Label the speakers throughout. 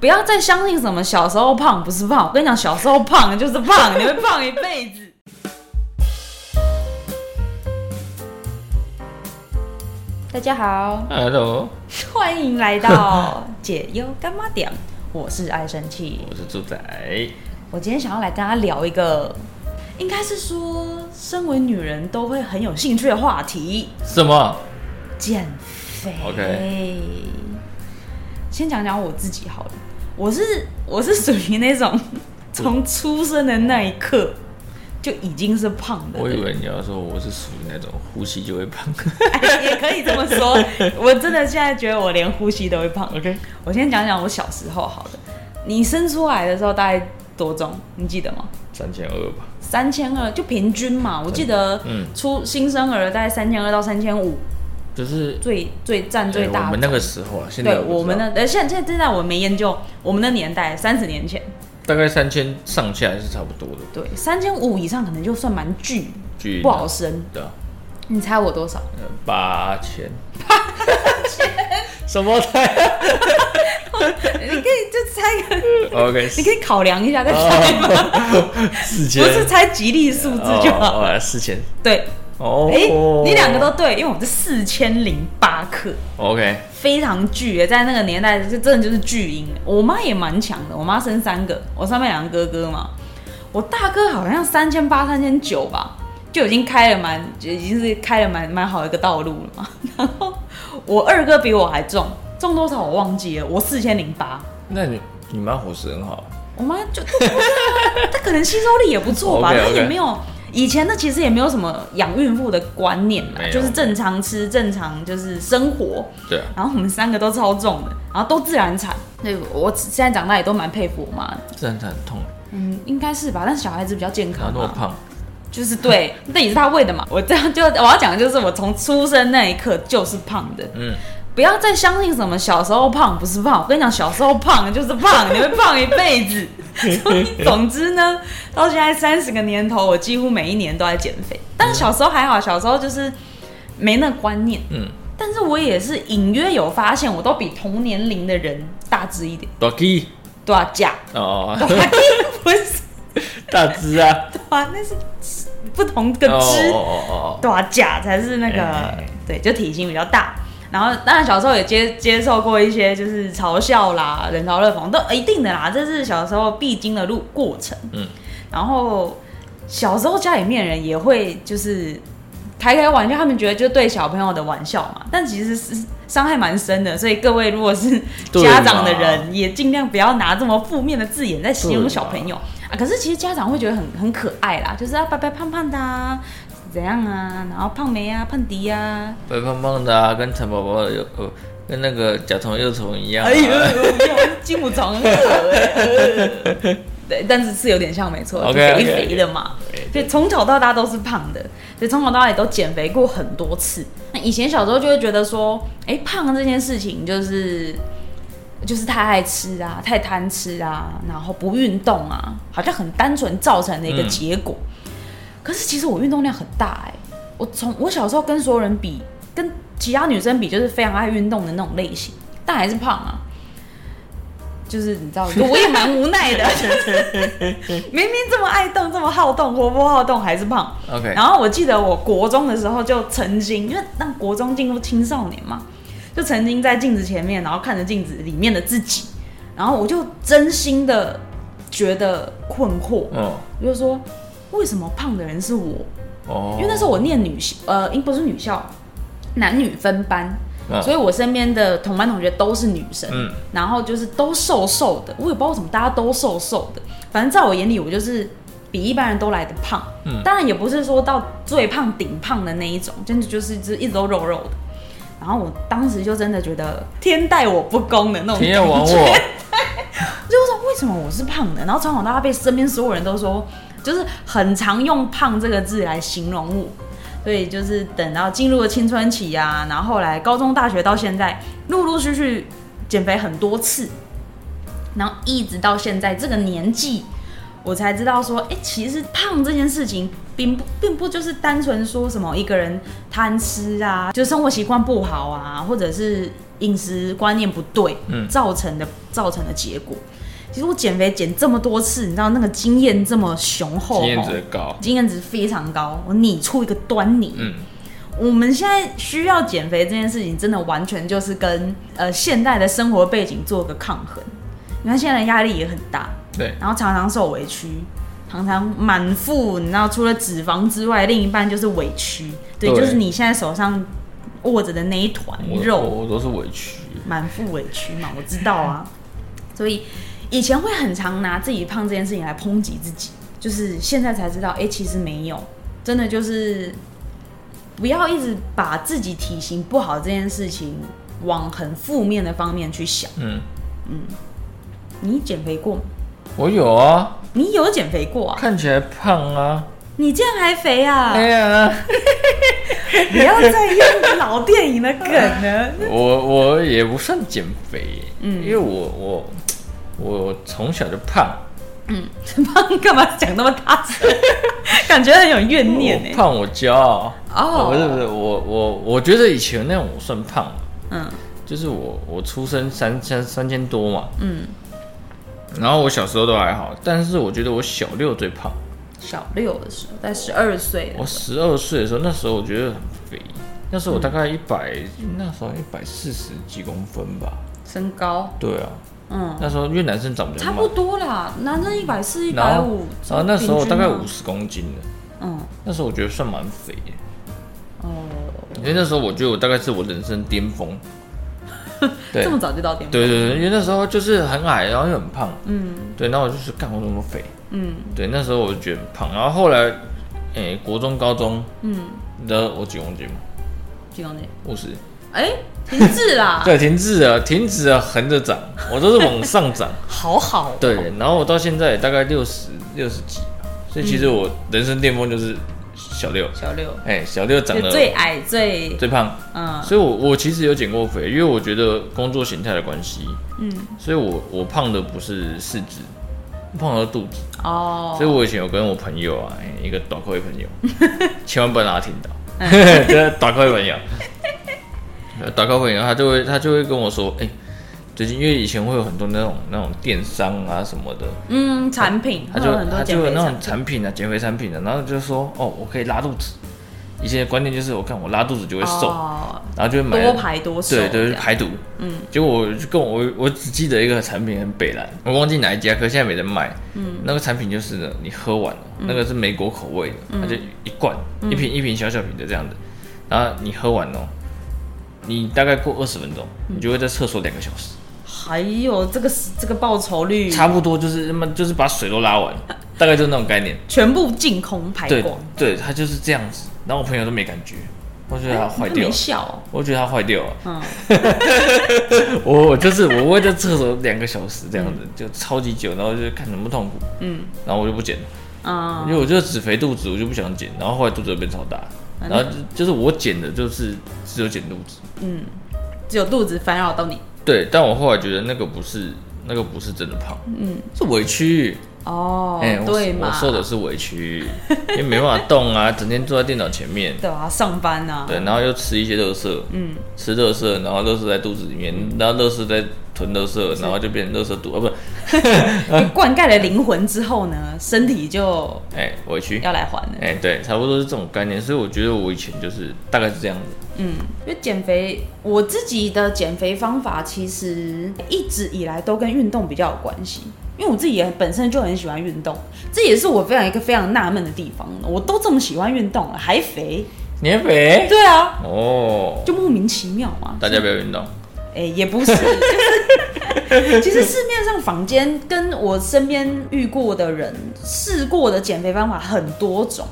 Speaker 1: 不要再相信什么小时候胖不是胖，我跟你讲，小时候胖就是胖，你会胖一辈子。大家好，
Speaker 2: Hello，
Speaker 1: 欢迎来 到解忧干妈点，我是爱生气。
Speaker 2: 我是猪仔。
Speaker 1: 我今天想要来跟大家聊一个，应该是说身为女人都会很有兴趣的话题
Speaker 2: 什么？
Speaker 1: ——减肥。
Speaker 2: OK
Speaker 1: 先讲讲我自己好了，我是我是属于那 种从出生的那一刻就已经是胖的人，
Speaker 2: 我以为你要说我是属于那种呼吸就会胖。
Speaker 1: 哎也可以这么说。我真的现在觉得我连呼吸都会胖。
Speaker 2: OK，
Speaker 1: 我先讲讲我小时候好了，你生出来的时候大概多重？你记得吗？
Speaker 2: 三千二吧。
Speaker 1: 三千二就平均嘛，我记得
Speaker 2: 嗯
Speaker 1: 出新生儿大概三千二到三千五，
Speaker 2: 就是
Speaker 1: 最最占最
Speaker 2: 哎
Speaker 1: 大
Speaker 2: 我
Speaker 1: 的。
Speaker 2: 们那个时候啊，现在
Speaker 1: 对我们
Speaker 2: 那
Speaker 1: 的呃，现在现在我没研究，我们的年代三十年前，
Speaker 2: 大概三千上下是差不多的，
Speaker 1: 对三千五以上可能就算蛮巨，
Speaker 2: 距离
Speaker 1: 不好生。
Speaker 2: 的
Speaker 1: 你猜我多少？
Speaker 2: 八千。什么台
Speaker 1: 你可以就猜个，
Speaker 2: ？OK，
Speaker 1: 你可以考量一下再
Speaker 2: 哦
Speaker 1: 猜吗？
Speaker 2: 四千
Speaker 1: 不是猜吉利数字就好。
Speaker 2: 哦，哦四千。
Speaker 1: 对，
Speaker 2: 哦，
Speaker 1: 哎、你两个都对，因为我是四千零八克，
Speaker 2: OK，
Speaker 1: 非常巨耶，在那个年代就真的就是巨婴。我妈也蛮强的，我妈生三个，我上面两个哥哥嘛，我大哥好像三千八、三千九吧，就已经开了蛮，已经是开了蛮蛮好一个道路了嘛。 然后我二哥比我还重，重多少我忘记了，我四千零八。
Speaker 2: 那你你妈伙食很好，
Speaker 1: 我妈就，她可能吸收力也不错吧，她
Speaker 2: OK，OK
Speaker 1: 也没有以前的其实也没有什么养孕妇的观念啦
Speaker 2: 没，有
Speaker 1: 就是正常吃，正常就是生活。
Speaker 2: 对啊，
Speaker 1: 然后我们三个都超重的，然后都自然产。对，我现在长大也都蛮佩服我妈的，
Speaker 2: 自然产很痛，
Speaker 1: 嗯，应该是吧。但是小孩子比较健
Speaker 2: 哪
Speaker 1: 康啊
Speaker 2: 那么
Speaker 1: 嘛，
Speaker 2: 胖？
Speaker 1: 就是对，那也是她喂的嘛。我这样就我要讲的就是，我从出生那一刻就是胖的，
Speaker 2: 嗯，
Speaker 1: 不要再相信什么小时候胖不是胖，我跟你讲，小时候胖就是 胖，你会胖一辈子。 所以总之呢，到现在三十个年头，我几乎每一年都在减肥。但小时候还好，小时候就是没那观念，
Speaker 2: 嗯，
Speaker 1: 但是我也是隐约有发现，我都比同年龄的人大只一点，
Speaker 2: 大鸡
Speaker 1: 对啊，假，
Speaker 2: 哦，
Speaker 1: 对啊，不是
Speaker 2: 大只 啊，
Speaker 1: 对啊，那是不同的
Speaker 2: 哦
Speaker 1: 只。
Speaker 2: 哦哦
Speaker 1: 对啊，假才是那个
Speaker 2: 哎，
Speaker 1: 对，就体型比较大。然后，当然小时候也接接受过一些就是嘲笑啦、冷嘲热讽，都一定的啦，这是小时候必经的路过程。
Speaker 2: 嗯，
Speaker 1: 然后小时候家里面人也会就是开开玩笑，他们觉得就对小朋友的玩笑嘛，但其实是伤害蛮深的。所以各位如果是
Speaker 2: 对
Speaker 1: 家长的
Speaker 2: 嘛
Speaker 1: 人，也尽量不要拿这么负面的字眼在形容
Speaker 2: 对
Speaker 1: 小
Speaker 2: 嘛
Speaker 1: 朋友啊。可是其实家长会觉得很很可爱啦，就是啊白白胖胖的啊，怎样啊，然后胖梅啊，胖迪啊
Speaker 2: 哦，，白胖胖的啊，跟蚕宝宝有呃，跟那个甲虫幼虫一样、啊。
Speaker 1: 哎呦，金木虫很可爱。呃 对，但是是有点像，没错，就
Speaker 2: OK，OK，OK
Speaker 1: 肥肥的嘛。
Speaker 2: 对
Speaker 1: 所以从小到大都是胖的，所以从小到大也都减肥过很多次。那以前小时候就会觉得说，哎、胖这件事情就是就是太爱吃啊，太贪吃啊，然后不运动啊，好像很单纯造成的一个
Speaker 2: 嗯
Speaker 1: 结果。可是其实我运动量很大哎、我从我小时候跟所有人比，跟其他女生比，就是非常爱运动的那种类型，但还是胖啊。就是你知道，我也蛮无奈的，明明这么爱动，这么好动，活泼好动，还是胖。
Speaker 2: OK，
Speaker 1: 然后我记得我国中的时候就曾经，因为让国中进入青少年嘛，就曾经在镜子前面，然后看着镜子里面的自己，然后我就真心的觉得困惑，
Speaker 2: 哦
Speaker 1: 我就说为什么胖的人是我？
Speaker 2: 哦，
Speaker 1: 因为那时候我念女校，呃，应不是女校，男女分班，
Speaker 2: 嗯
Speaker 1: 所以我身边的同班同学都是女生，
Speaker 2: 嗯
Speaker 1: 然后就是都瘦瘦的，我也不知道为什么大家都瘦瘦的，反正在我眼里，我就是比一般人都来的胖，
Speaker 2: 嗯
Speaker 1: 当然也不是说到最胖顶胖的那一种，真的就是就是一直都肉肉的。然后我当时就真的觉得天待我不公的那种感
Speaker 2: 天
Speaker 1: 觉，
Speaker 2: 要玩我，
Speaker 1: 就我说为什么我是胖的？然后从小到大被身边所有人都说，就是很常用“胖”这个字来形容我。所以就是等到进入了青春期啊，然后后来高中、大学到现在，陆陆续续减肥很多次，然后一直到现在这个年纪，我才知道说，哎、其实胖这件事情并不并不就是单纯说什么一个人贪吃啊，就是生活习惯不好啊，或者是饮食观念不对，
Speaker 2: 嗯
Speaker 1: 造成的造成的结果。其实我减肥减这么多次，你知道那个经验这么雄厚哦，
Speaker 2: 经验值高，
Speaker 1: 经验值非常高，我拟出一个端倪。
Speaker 2: 嗯，
Speaker 1: 我们现在需要减肥这件事情，真的完全就是跟呃现代的生活背景做个抗衡。你看现在的压力也很大，
Speaker 2: 对，
Speaker 1: 然后常常受委屈，常常满腹，你知道，除了脂肪之外，另一半就是委屈，对，
Speaker 2: 对
Speaker 1: 就是你现在手上握着的那一团
Speaker 2: 我
Speaker 1: 肉，
Speaker 2: 我我都是委屈，
Speaker 1: 满腹委屈嘛，我知道啊。 所以以前会很常拿自己胖这件事情来抨击自己，就是现在才知道，哎、其实没有，真的就是不要一直把自己体型不好这件事情往很负面的方面去想。
Speaker 2: 嗯，
Speaker 1: 你减肥过吗？
Speaker 2: 我有啊，
Speaker 1: 你有减肥过啊？
Speaker 2: 看起来胖啊，
Speaker 1: 你这样还肥啊？
Speaker 2: 哎呀，
Speaker 1: 不要再用老电影的梗了。
Speaker 2: 我我也不算减肥，嗯，因为我我我从小就胖，
Speaker 1: 胖干嘛讲那么大声？ 感觉很有怨念
Speaker 2: 我
Speaker 1: 哎。
Speaker 2: 胖我骄傲，
Speaker 1: 哦
Speaker 2: 不是不是，我我我觉得以前那种我算胖了，
Speaker 1: 嗯
Speaker 2: 就是我我出生三三三千多嘛，
Speaker 1: 嗯，
Speaker 2: 然后我小时候都还好，但是我觉得我小六最胖，
Speaker 1: 小六的时候，在十二岁的
Speaker 2: 我
Speaker 1: 时
Speaker 2: 十二岁的时候，那时候我觉得很肥，那时候我大
Speaker 1: 嗯
Speaker 2: 概一百、那时候一百四十几公分吧，
Speaker 1: 候，身高
Speaker 2: 对啊，
Speaker 1: 嗯
Speaker 2: 那时候因为男生长比较
Speaker 1: 差
Speaker 2: 慢，
Speaker 1: 不多啦，男生一百四、一
Speaker 2: 然
Speaker 1: 百
Speaker 2: 后
Speaker 1: 五，
Speaker 2: 然后啊那时候我大概五
Speaker 1: 十，
Speaker 2: 十公斤的，
Speaker 1: 啊嗯
Speaker 2: 那时候我觉得算蛮肥的。
Speaker 1: 哦，
Speaker 2: 因为那时候我觉得我大概是我人生 巅峰，对
Speaker 1: 这么早就到巅峰，
Speaker 2: 对对对，因为那时候就是很矮，然后又很胖，嗯，对，然后我就是干我怎么肥，
Speaker 1: 嗯
Speaker 2: 对，那时候我就觉得很胖，然后后来，诶、国中、高中，
Speaker 1: 嗯，
Speaker 2: 你知道我几公斤吗？
Speaker 1: 几公斤？
Speaker 2: 五十，
Speaker 1: 哎，停滞啦，
Speaker 2: 对，停滞了，停止了，横着 长，我都是往上长，
Speaker 1: 好好哦，
Speaker 2: 对，然后我到现在也大概六十六十几吧，所以
Speaker 1: 嗯
Speaker 2: 其实我人生巅峰就是小六，
Speaker 1: 小六
Speaker 2: 哎、小六长
Speaker 1: 就
Speaker 2: 得
Speaker 1: 最矮最
Speaker 2: 最胖，
Speaker 1: 嗯
Speaker 2: 所以我，我其实有减过肥，因为我觉得工作形态的关系，嗯，所以我我胖的不是四肢，胖的是肚子。
Speaker 1: 哦
Speaker 2: 所以，我以前有跟我朋友啊，哎一个短裤的朋 友，千万不要让他听到，
Speaker 1: 嗯
Speaker 2: 这短裤的朋友，短裤朋友，他就会他就会跟我说，哎、最近因为以前会有很多那种那种电商啊什么的，
Speaker 1: 嗯，产品
Speaker 2: 他
Speaker 1: 会
Speaker 2: 就
Speaker 1: 有很多
Speaker 2: 他
Speaker 1: 减
Speaker 2: 就有
Speaker 1: 肥
Speaker 2: 那
Speaker 1: 产
Speaker 2: 种
Speaker 1: 品，
Speaker 2: 产品啊，减肥产品的、然后就说哦，我可以拉肚子。以前的观念就是，我看我拉肚子就会瘦，
Speaker 1: 哦
Speaker 2: 然后就会买
Speaker 1: 多排多瘦，
Speaker 2: 对，就是
Speaker 1: 这样
Speaker 2: 排毒。嗯，结果我就跟我我我只记得一个产品很北蓝，我忘记哪一家，可是现在没人卖。嗯，那个产品就是呢，你喝完了，
Speaker 1: 嗯
Speaker 2: 那个是美国口味的，它就一罐、一瓶一瓶小小瓶的这样子，然后你喝完哦，你大概过二十分钟，
Speaker 1: 嗯
Speaker 2: 你就会在厕所两个小时，
Speaker 1: 还有哎这个这个报酬率，
Speaker 2: 差不多就是那么就是把水都拉完，大概就是那种概念。
Speaker 1: 全部净空排
Speaker 2: 对
Speaker 1: 光，
Speaker 2: 对，它就是这样子。然后我朋友都没感觉，我觉得它坏
Speaker 1: 他
Speaker 2: 掉
Speaker 1: 没
Speaker 2: 了。
Speaker 1: 笑、哦，
Speaker 2: 我觉得它坏掉了，
Speaker 1: 嗯，
Speaker 2: 我我就是我会在厕所两个小时这样子，就超级久，然后就看能不痛苦，
Speaker 1: 嗯，
Speaker 2: 然后我就不减了，
Speaker 1: 啊、
Speaker 2: 因为我就只肥肚子，我就不想减，然后后来肚子就变超大，
Speaker 1: 啊
Speaker 2: 然后就就是我减的就是只有减肚子，
Speaker 1: 只有肚子烦扰到你，
Speaker 2: 对，但我后来觉得那个不是那个不是真的胖，嗯，是委屈，
Speaker 1: 哦，
Speaker 2: 哎、我
Speaker 1: 对嘛，
Speaker 2: 我受的是委屈，因为没办法动啊， 整天坐在电脑前面，
Speaker 1: 对啊，上班啊，
Speaker 2: 对，然后又吃一些垃圾，嗯，吃垃圾，然后垃圾在肚子里面，然后垃圾在囤垃圾，然后就变成垃圾肚啊，不，
Speaker 1: 被灌溉了灵魂之后呢，身体就
Speaker 2: 哎、委屈，
Speaker 1: 要来还了，
Speaker 2: 哎、对，差不多是这种概念，所以我觉得我以前就是大概是这样子。
Speaker 1: 嗯，因为减肥，我自己的减肥方法其实一直以来都跟运动比较有关系。因为我自己也本身就很喜欢运动，这也是我非常一个非常纳闷的地方。我都这么喜欢运动了，还肥？
Speaker 2: 年肥
Speaker 1: 对啊，
Speaker 2: 哦，
Speaker 1: 就莫名其妙嘛。
Speaker 2: 大家不要运动，
Speaker 1: 哎、也不是，就是 其实市面上坊间跟我身边遇过的人试过的减肥方法很多种，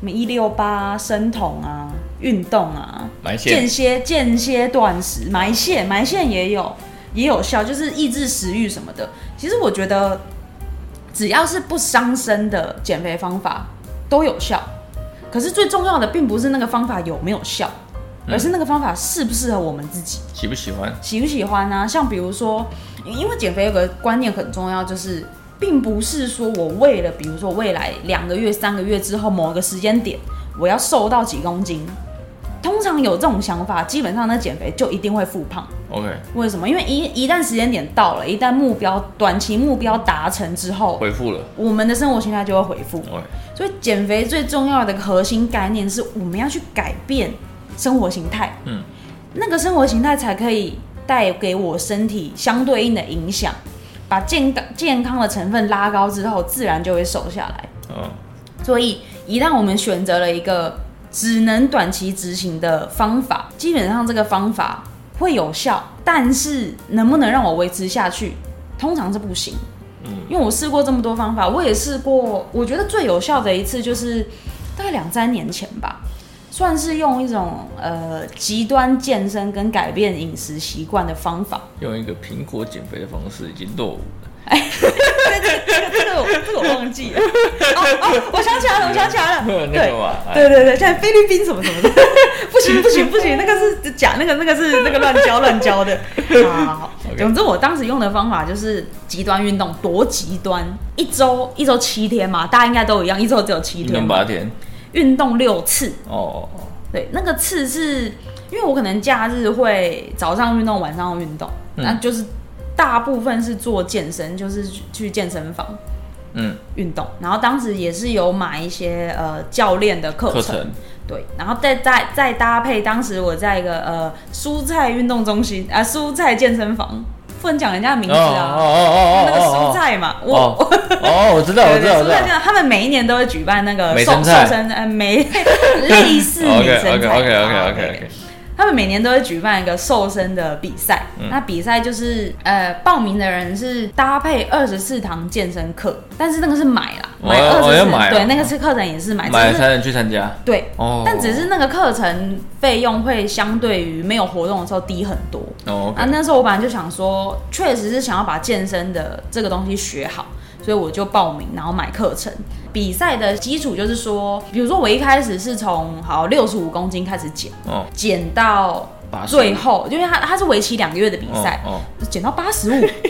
Speaker 1: 什么一六八、生酮啊、运动啊、
Speaker 2: 埋
Speaker 1: 间
Speaker 2: 线
Speaker 1: 歇间歇断食、埋线埋线也有也有效，就是抑制食欲什么的。其实我觉得只要是不伤身的减肥方法都有效，可是最重要的并不是那个方法有没有效，而
Speaker 2: 嗯
Speaker 1: 是那个方法适不适合我们自己。
Speaker 2: 喜不喜欢？
Speaker 1: 喜不喜欢啊？像比如说，因为减肥有个观念很重要，就是并不是说我为了，比如说未来两个月、三个月之后某一个时间点，我要瘦到几公斤，通常有这种想法，基本上那减肥就一定会复胖。
Speaker 2: OK，
Speaker 1: 为什么？因为一一旦时间点到了，一旦目标短期目标达成之后，
Speaker 2: 回复了
Speaker 1: 我们的生活形态就会回复。
Speaker 2: ，OK，
Speaker 1: 所以减肥最重要的核心概念是，我们要去改变生活形态，
Speaker 2: 嗯，
Speaker 1: 那个生活形态才可以带给我身体相对应的影响，把健康健康的成分拉高之后，自然就会瘦下来。
Speaker 2: 嗯，
Speaker 1: 所以一旦我们选择了一个只能短期执行的方法，基本上这个方法会有效，但是能不能让我维持下去，通常是不行。嗯，因为我试过这么多方法，我也试过，我觉得最有效的一次就是大概两三年前吧。算是用一种呃极端健身跟改变饮食习惯的方法，
Speaker 2: 用一个苹果减肥的方式已经落伍了。
Speaker 1: 这个我这个我忘记了。哦哦，我想起来了，我想起来了，
Speaker 2: 那
Speaker 1: 对
Speaker 2: 个，嘛，哎
Speaker 1: 对对对，像菲律宾什么什 么的，不行不行不行，那个是假，那个那个是那个乱教乱教 的。好好好
Speaker 2: OK
Speaker 1: 总之我当时用的方法就是极端运动，多极端，一周一周七天嘛，大家应该都一样，一周只有七
Speaker 2: 一
Speaker 1: 天
Speaker 2: 天
Speaker 1: 嘛
Speaker 2: 八，天，
Speaker 1: 运动六次，
Speaker 2: 哦，哦
Speaker 1: 对，那个次是因为我可能假日会早上运动，晚上运动，
Speaker 2: 嗯
Speaker 1: 那就是大部分是做健身，就是去去健身房
Speaker 2: 嗯，
Speaker 1: 运动，然后当时也是有买一些呃教练的课
Speaker 2: 嗯课
Speaker 1: 程。
Speaker 2: 程，
Speaker 1: 对，然后再再再搭配，当时我在一个呃蔬菜运动中心啊、呃蔬菜健身房，不能讲人家的名字啊，因为那个蔬
Speaker 2: 哦哦哦哦哦哦
Speaker 1: 菜嘛，
Speaker 2: 哦
Speaker 1: 我。
Speaker 2: 哦哦，我知道，我
Speaker 1: 对
Speaker 2: 知
Speaker 1: 对，
Speaker 2: 道，
Speaker 1: 蔬
Speaker 2: 我知
Speaker 1: 菜
Speaker 2: 道
Speaker 1: 健。身，他们每一年都会举办那个
Speaker 2: 美
Speaker 1: 瘦
Speaker 2: 生
Speaker 1: 瘦
Speaker 2: 菜哦
Speaker 1: 身呃美 类似美
Speaker 2: OK
Speaker 1: 生菜啊
Speaker 2: OK OK OK OK
Speaker 1: 对
Speaker 2: OK，
Speaker 1: 他们每年都会举办一个瘦身的比赛，
Speaker 2: 嗯
Speaker 1: 那比赛就是呃，报名的人是搭配二十四堂健身课，但是那个是买啦，
Speaker 2: 我
Speaker 1: 买
Speaker 2: 要
Speaker 1: 二
Speaker 2: 我
Speaker 1: 十
Speaker 2: 要
Speaker 1: 四，
Speaker 2: 买啊
Speaker 1: 对，那个是课程也是买，只
Speaker 2: 买了
Speaker 1: 是
Speaker 2: 才能去参加。
Speaker 1: 对，
Speaker 2: 哦，
Speaker 1: 但只是那个课程费用会相对于没有活动的时候低很多。
Speaker 2: 哦
Speaker 1: 啊，
Speaker 2: ，OK，
Speaker 1: 那时候我本来就想说，确实是想要把健身的这个东西学好，所以我就报名，然后买课程。比赛的基础就是说，比如说我一开始是从好六十五公斤开始减，
Speaker 2: 哦，
Speaker 1: 减到
Speaker 2: 八十
Speaker 1: 最后，因为它它是为期两个月的比赛，
Speaker 2: 哦
Speaker 1: 减到八十五。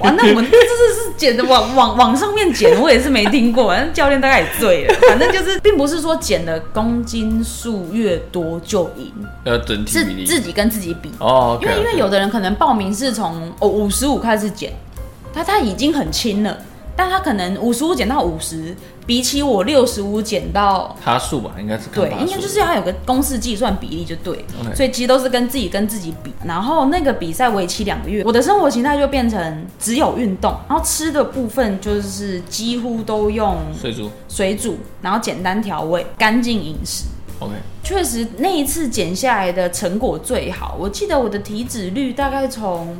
Speaker 1: 哇，那我这是是减的往往往上面减，我也是没听过。那教练大概也醉了，反正就是，并不是说减的公斤数越多就赢，
Speaker 2: 哦，要整体
Speaker 1: 是
Speaker 2: 比
Speaker 1: 自
Speaker 2: 例。
Speaker 1: 己跟自己比。
Speaker 2: 哦，OK，
Speaker 1: 因为因为
Speaker 2: OK
Speaker 1: 有的人可能报名是从哦五十五开始减，他他已经很轻了，但他可能五十五减到五十，比起我六十五减到
Speaker 2: 趴数吧，应该是看
Speaker 1: 对
Speaker 2: 趴，数
Speaker 1: 应该就是要有个公式计算比例就对
Speaker 2: OK
Speaker 1: 所以其实都是跟自己跟自己比。然后那个比赛为期两个月，我的生活形态就变成只有运动，然后吃的部分就是几乎都用
Speaker 2: 睡猪
Speaker 1: 水煮，然后简单调味，干净饮食。
Speaker 2: ，OK，
Speaker 1: 确实，那一次减下来的成果最好。我记得我的体脂率大概从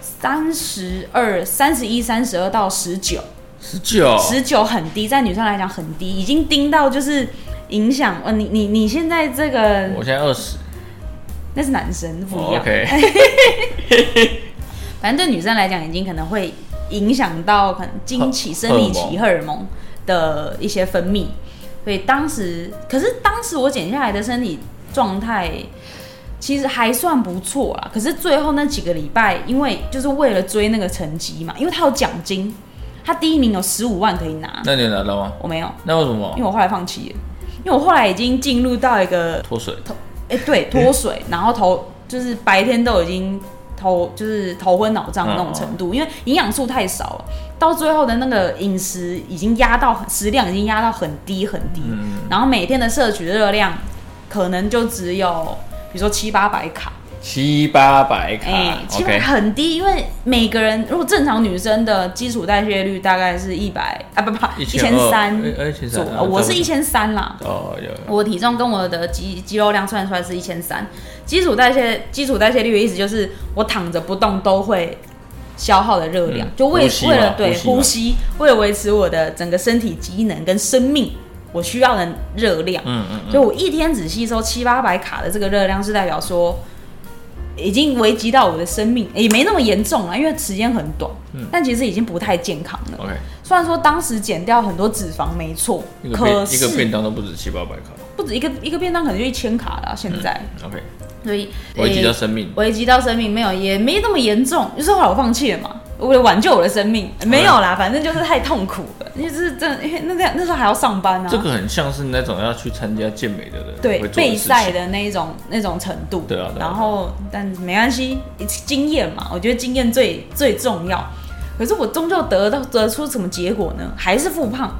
Speaker 1: 三十二、三十一、三十二到十九，
Speaker 2: 十九，
Speaker 1: 十九很低，在女生来讲很低，已经低到就是影响呃，你你你现在这个
Speaker 2: 我现在二十哦
Speaker 1: 那是男生不一样，
Speaker 2: ，OK，
Speaker 1: 反正对女生来讲，已经可能会影响到可能经期、
Speaker 2: 荷
Speaker 1: 生理期荷尔蒙的一些分泌，所以当时，可是当时我减下来的身体状态其实还算不错啦。可是最后那几个礼拜，因为就是为了追那个成绩嘛，因为他有奖金，他第一名有十五万可以拿，
Speaker 2: 那你有拿到吗？
Speaker 1: 我没有，
Speaker 2: 那为什
Speaker 1: 因为
Speaker 2: 么
Speaker 1: 我后来放弃了，因为我后来已经进入到一个
Speaker 2: 脱水？
Speaker 1: 哎、对，脱水，然后头就是白天都已经头就是头昏脑胀那种程度，因为营养素太少了，到最后的那个饮食已经压到食量已经压到很低很低，
Speaker 2: 嗯
Speaker 1: 然后每天的摄取热量可能就只有比如说七八百卡，
Speaker 2: 七八百卡
Speaker 1: 哎、七百
Speaker 2: ，OK，
Speaker 1: 很低，因为每个人如果正常女生的基础代谢率大概是一百啊不不一千三
Speaker 2: 哎哎1300
Speaker 1: 左
Speaker 2: 啊
Speaker 1: 右，我是
Speaker 2: 差不多
Speaker 1: 一千三啦，
Speaker 2: 哦，有有
Speaker 1: 我体重跟我的肌肌肉量算出来是一千三，基础代谢基础代谢率的意思就是我躺着不动都会消耗的热量，
Speaker 2: 嗯
Speaker 1: 就为
Speaker 2: 呼吸嘛
Speaker 1: 为了对
Speaker 2: 呼吸嘛
Speaker 1: 呼吸，为了维持我的整个身体机能跟生命，我需要的热量。
Speaker 2: 嗯嗯
Speaker 1: 所以我一天只吸收七八百卡的这个热量，是代表说已经危及到我的生命，也没那么严重了，因为时间很短，
Speaker 2: 嗯
Speaker 1: 但其实已经不太健康了。
Speaker 2: ，OK，
Speaker 1: 虽然说当时减掉很多脂肪没错
Speaker 2: 一，个
Speaker 1: 可
Speaker 2: 便一
Speaker 1: 是
Speaker 2: 个便当都不止七八百卡，
Speaker 1: 不止一个一个便当，可能就一千卡了啊。现在，
Speaker 2: 嗯，OK，
Speaker 1: 所以
Speaker 2: 危及
Speaker 1: 诶
Speaker 2: 到生命，
Speaker 1: 危及到生命没有，也没那么严重。就是后来我放弃了嘛，为了挽救我的生命，没有啦，反正就是太痛苦了，就是真的，因为那那那时候还要上班啊，
Speaker 2: 这个很像是那种要去参加健美的人
Speaker 1: 对
Speaker 2: 会做
Speaker 1: 备
Speaker 2: 的事
Speaker 1: 赛
Speaker 2: 情。
Speaker 1: 的那一种那种程度，
Speaker 2: 对啊对啊
Speaker 1: 然后但没关系，经验嘛，我觉得经验最最重要。可是我终究得到得出什么结果呢？还是复胖。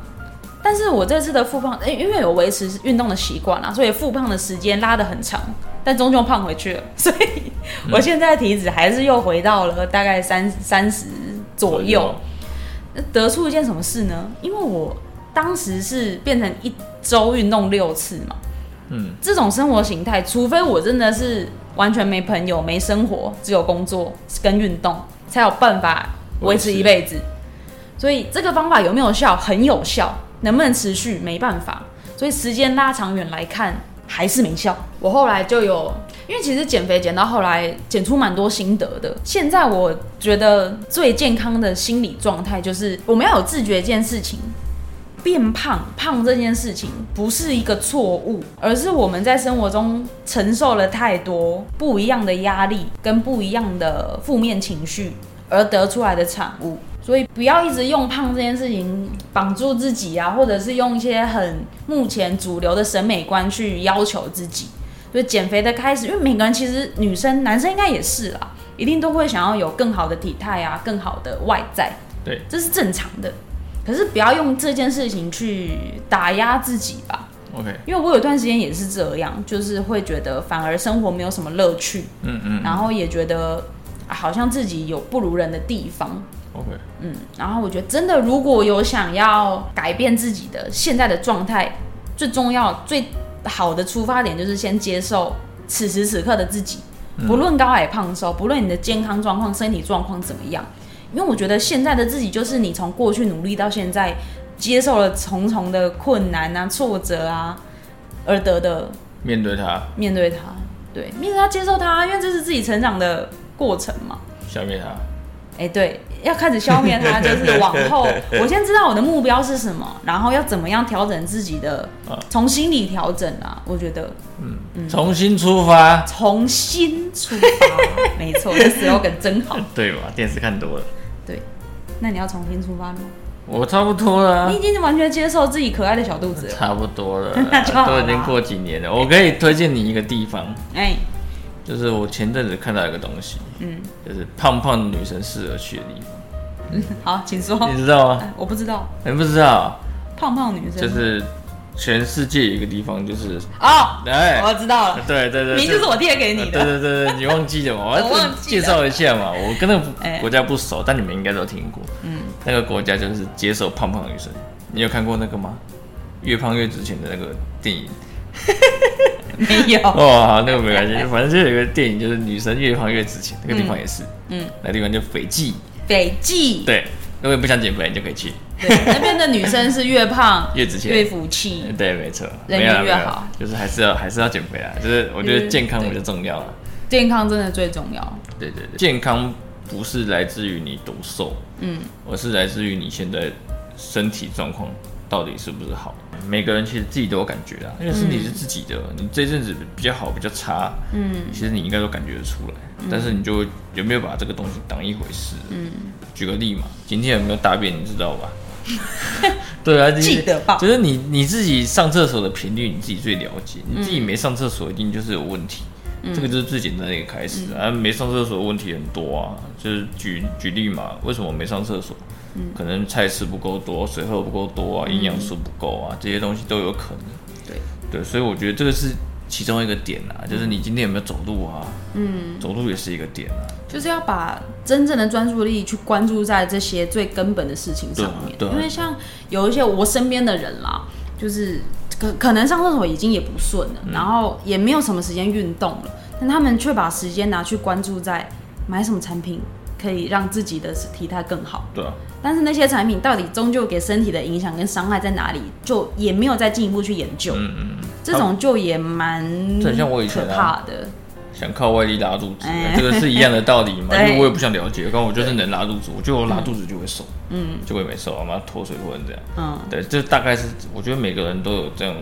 Speaker 1: 但是我这次的复胖，诶因为有维持运动的习惯啊，所以复胖的时间拉得很长，但终究胖回去了。 所以
Speaker 2: 嗯
Speaker 1: 我现在的体脂还是又回到了大概三三十左右。得出一件什么事呢？因为我当时是变成一周运动六次嘛，
Speaker 2: 嗯，
Speaker 1: 这种生活形态，除非我真的是完全没朋友、没生活，只有工作跟运动，才有办法维持一辈子。所以这个方法有没有效？很有效，能不能持续？没办法。所以时间拉长远来看，还是没效。我后来就有，因为其实减肥减到后来，减出蛮多心得的。现在我觉得最健康的心理状态就是，我们要有自觉一件事情，变胖胖这件事情不是一个错误，而是我们在生活中承受了太多不一样的压力跟不一样的负面情绪而得出来的产物。所以不要一直用胖这件事情绑住自己啊，或者是用一些很目前主流的审美观去要求自己。所以减肥的开始，因为每个人其实女生、男生应该也是啦，一定都会想要有更好的体态啊，更好的外在。
Speaker 2: 对，
Speaker 1: 这是正常的。可是不要用这件事情去打压自己吧，
Speaker 2: OK，
Speaker 1: 因为我有段时间也是这样，就是会觉得反而生活没有什么乐趣，
Speaker 2: 嗯嗯
Speaker 1: 然后也觉得、啊好像自己有不如人的地方，
Speaker 2: ，OK，
Speaker 1: 嗯，然后我觉得真的如果有想要改变自己的现在的状态，最重要最好的出发点就是先接受此时此刻的自己，不论高矮胖瘦，不论你的健康状况、身体状况怎么样，因为我觉得现在的自己就是你从过去努力到现在，接受了重重的困难啊、挫折啊，而得的
Speaker 2: 面对它，
Speaker 1: 面对它，对，面对它，接受它，因为这是自己成长的过程嘛。
Speaker 2: 消灭它。
Speaker 1: 哎、对，要开始消灭它，就是往后，我先知道我的目标是什么，然后要怎么样调整自己的
Speaker 2: 啊，
Speaker 1: 从心理调整啊，我觉得嗯
Speaker 2: 重新出发，
Speaker 1: 从心出发，没错，这 slogan 真好。
Speaker 2: 对吧？电视看多了，
Speaker 1: 那你要重新出发了吗？
Speaker 2: 我差不多了啊
Speaker 1: 你已，经完全接受自己可爱的小肚子了，
Speaker 2: 差不多了啊
Speaker 1: 那就，好
Speaker 2: 都
Speaker 1: 了
Speaker 2: 已经过几年了。我可以推荐你一个地方，
Speaker 1: 哎、
Speaker 2: 就是我前阵子看到一个东西，
Speaker 1: 嗯，
Speaker 2: 就是胖胖的女生适合去的地方，
Speaker 1: 好，请说。
Speaker 2: 你知道吗？
Speaker 1: 哎我不知道，
Speaker 2: 你不知道，
Speaker 1: 胖胖女生
Speaker 2: 就是全世界有一个地方，就是
Speaker 1: 哦，
Speaker 2: 哎，
Speaker 1: 我知道了，
Speaker 2: 对对对，
Speaker 1: 明明就是我贴给
Speaker 2: 呃
Speaker 1: 你
Speaker 2: 对
Speaker 1: 的。
Speaker 2: 对对对，你忘记了吗？我
Speaker 1: 我
Speaker 2: 要
Speaker 1: 忘记
Speaker 2: 介
Speaker 1: 了
Speaker 2: 绍一下嘛，我跟那
Speaker 1: 哎
Speaker 2: 个国家不熟，但你们应该都听过。
Speaker 1: 嗯，
Speaker 2: 那个国家就是接受胖胖的女生，你有看过那个吗？越胖越值钱的那个电影
Speaker 1: 没有，
Speaker 2: 哦，好，那个没关系， 反正就有一个电影，就是女生越胖越值钱，那个地方也是，
Speaker 1: 嗯，
Speaker 2: 那地方叫斐济。
Speaker 1: 北极，
Speaker 2: 对，如果你不想减肥，你就可以去，
Speaker 1: 对，那边的女生是越胖
Speaker 2: 越值钱。
Speaker 1: 越福气，
Speaker 2: 对，没错，
Speaker 1: 嗯人
Speaker 2: 没有啦
Speaker 1: 越
Speaker 2: 没有啦
Speaker 1: 好
Speaker 2: 就是还是要还是要减肥啊，就是我觉得健康比较重要啊。
Speaker 1: 健康真的最重要。
Speaker 2: 对对对，健康不是来自于你多瘦，
Speaker 1: 嗯，
Speaker 2: 而是来自于你现在身体状况到底是不是好。每个人其实自己都有感觉啊啦，因为身体是自己的，你这阵子比较好，比较差，
Speaker 1: 嗯，
Speaker 2: 其实你应该都感觉得出来，但是你就会有没有把这个东西当一回事？嗯，举个例嘛，今天有没有大便，你知道 吧？对啊，就是
Speaker 1: 记得吧
Speaker 2: 就是你你自己上厕所的频率，你自己最了解。
Speaker 1: 嗯
Speaker 2: 你自己没上厕所，一定就是有问题。这个就是最简单的一个开始
Speaker 1: 嗯
Speaker 2: 啊，没上厕所的问题很多啊。就是举举例嘛，为什么没上厕所？
Speaker 1: 嗯
Speaker 2: 可能菜吃不够多，水喝不够多啊，营养素不够啊，这些东西都有可能。
Speaker 1: 对
Speaker 2: 对，所以我觉得这个是其中一个点啊，就是你今天有没有走路啊？嗯，走路也是一个点啊。
Speaker 1: 就是要把真正的专注力去关注在这些最根本的事情上面，
Speaker 2: 对啊对啊
Speaker 1: 因为像有一些我身边的人啦，就是可可能上厕所已经也不顺
Speaker 2: 嗯
Speaker 1: 了，然后也没有什么时间运动了，但他们却把时间拿去关注在买什么产品可以让自己的体态更好，
Speaker 2: 对啊，
Speaker 1: 但是那些产品到底终究给身体的影响跟伤害在哪里，就也没有再进一步去研究，
Speaker 2: 嗯嗯，嗯
Speaker 1: 这种就也蛮
Speaker 2: 这很像我以前
Speaker 1: 可
Speaker 2: 啊
Speaker 1: 怕的，
Speaker 2: 想靠外力拉肚子，啊
Speaker 1: 哎
Speaker 2: 这个是一样的道理 嘛。因
Speaker 1: 对
Speaker 2: 为我也不想了解，刚我就是能拉肚子，我觉得我拉肚子就会瘦，嗯，就会没瘦，啊，妈脱水或者这样。
Speaker 1: 嗯
Speaker 2: 对，这大概是我觉得每个人都有这种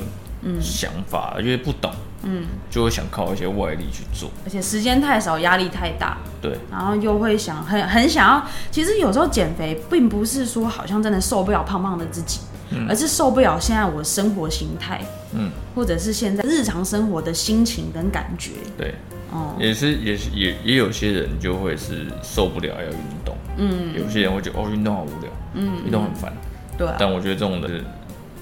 Speaker 2: 想法，因为不懂，嗯，就会想靠一些外力去做。
Speaker 1: 而且时间太少，压力太大，
Speaker 2: 对，
Speaker 1: 然后又会想很很想要。其实有时候减肥并不是说好像真的受不了胖胖的自己，而是受不了现在我生活形态，
Speaker 2: 嗯，
Speaker 1: 或者是现在日常生活的心情跟感觉。
Speaker 2: 对，
Speaker 1: 哦、
Speaker 2: 也是也是也也有些人就会是受不了要运动，嗯，有些人会觉得哦运动好无聊，嗯，运动很烦，
Speaker 1: 对啊，
Speaker 2: 但我觉得这种的是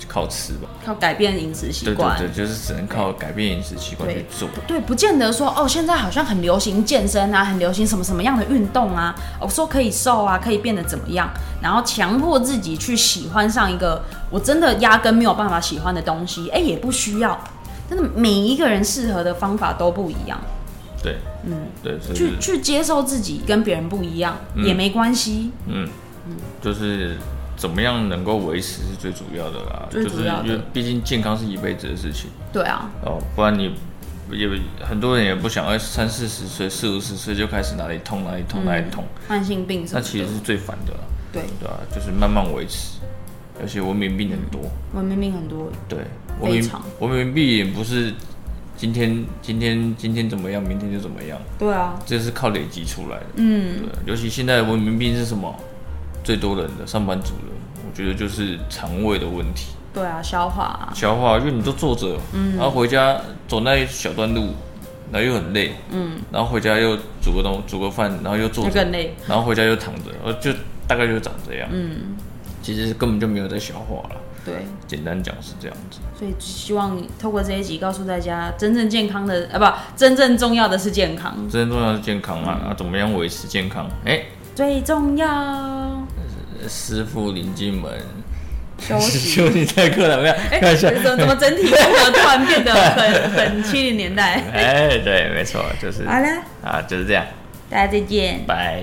Speaker 2: 靠吃吧，
Speaker 1: 要改变饮食习
Speaker 2: 对
Speaker 1: 惯。
Speaker 2: 对对，就是只能靠改变饮食习惯
Speaker 1: 对
Speaker 2: 去做，
Speaker 1: 对，不见得说哦，现在好像很流行健身啊，很流行什么什么样的运动啊，哦，说可以瘦啊，可以变得怎么样，然后强迫自己去喜欢上一个我真的压根没有办法喜欢的东西，哎，也不需要，真的每一个人适合的方法都不一样，
Speaker 2: 对，嗯，对，所以
Speaker 1: 去
Speaker 2: 就是
Speaker 1: 去接受自己跟别人不一样、也没关系，
Speaker 2: 嗯，就是怎么样能够维持是最主要的啦，
Speaker 1: 最主要的
Speaker 2: 就是因为毕竟健康是一辈子的事情
Speaker 1: 对啊，
Speaker 2: 哦，不然你。也很多人也不想要哎三四十岁、四五十岁就开始哪里痛哪里痛哪里痛，
Speaker 1: 慢性病什
Speaker 2: 那
Speaker 1: 么
Speaker 2: 其
Speaker 1: 嗯的
Speaker 2: 实，是最烦的啦。
Speaker 1: 对，
Speaker 2: 对啊，就是慢慢维持，而且文明病很多，
Speaker 1: 文明病很多，
Speaker 2: 对，文
Speaker 1: 非
Speaker 2: 明
Speaker 1: 常
Speaker 2: 文明病也不是今天今天今天怎么样，明天就怎么样，
Speaker 1: 对啊，
Speaker 2: 这是靠累积出来的。
Speaker 1: 嗯，
Speaker 2: 对，尤其现在的文明病是什么？最多人的上班族人，我觉得就是肠胃的问题，
Speaker 1: 对啊，消化、啊，
Speaker 2: 消化，因为你都坐着，嗯，然后回家走那一小段路，然后又很累，嗯，然后回家又煮个东煮个饭，然后又坐
Speaker 1: 就
Speaker 2: 着
Speaker 1: 更，累，
Speaker 2: 然后回家又躺着，呃，就大概就长这样，嗯，其实根本就没有在消化了。
Speaker 1: 对。
Speaker 2: 简单讲是这样子，
Speaker 1: 所以希望透过这一集告诉大家，真正健康的啊，不，真正重要的是健康，
Speaker 2: 真正重要的是健康啊，啊怎么样维持健康？哎、
Speaker 1: 最重要。
Speaker 2: 师傅领进门，
Speaker 1: 休息
Speaker 2: 休息太课了没有？
Speaker 1: 哎、
Speaker 2: 开玩笑
Speaker 1: 怎么怎么整体风格突然变得很很七零 年代？
Speaker 2: 哎，对，没错，就是
Speaker 1: 好了，
Speaker 2: 啊，就是这样，
Speaker 1: 大家再见。
Speaker 2: 拜。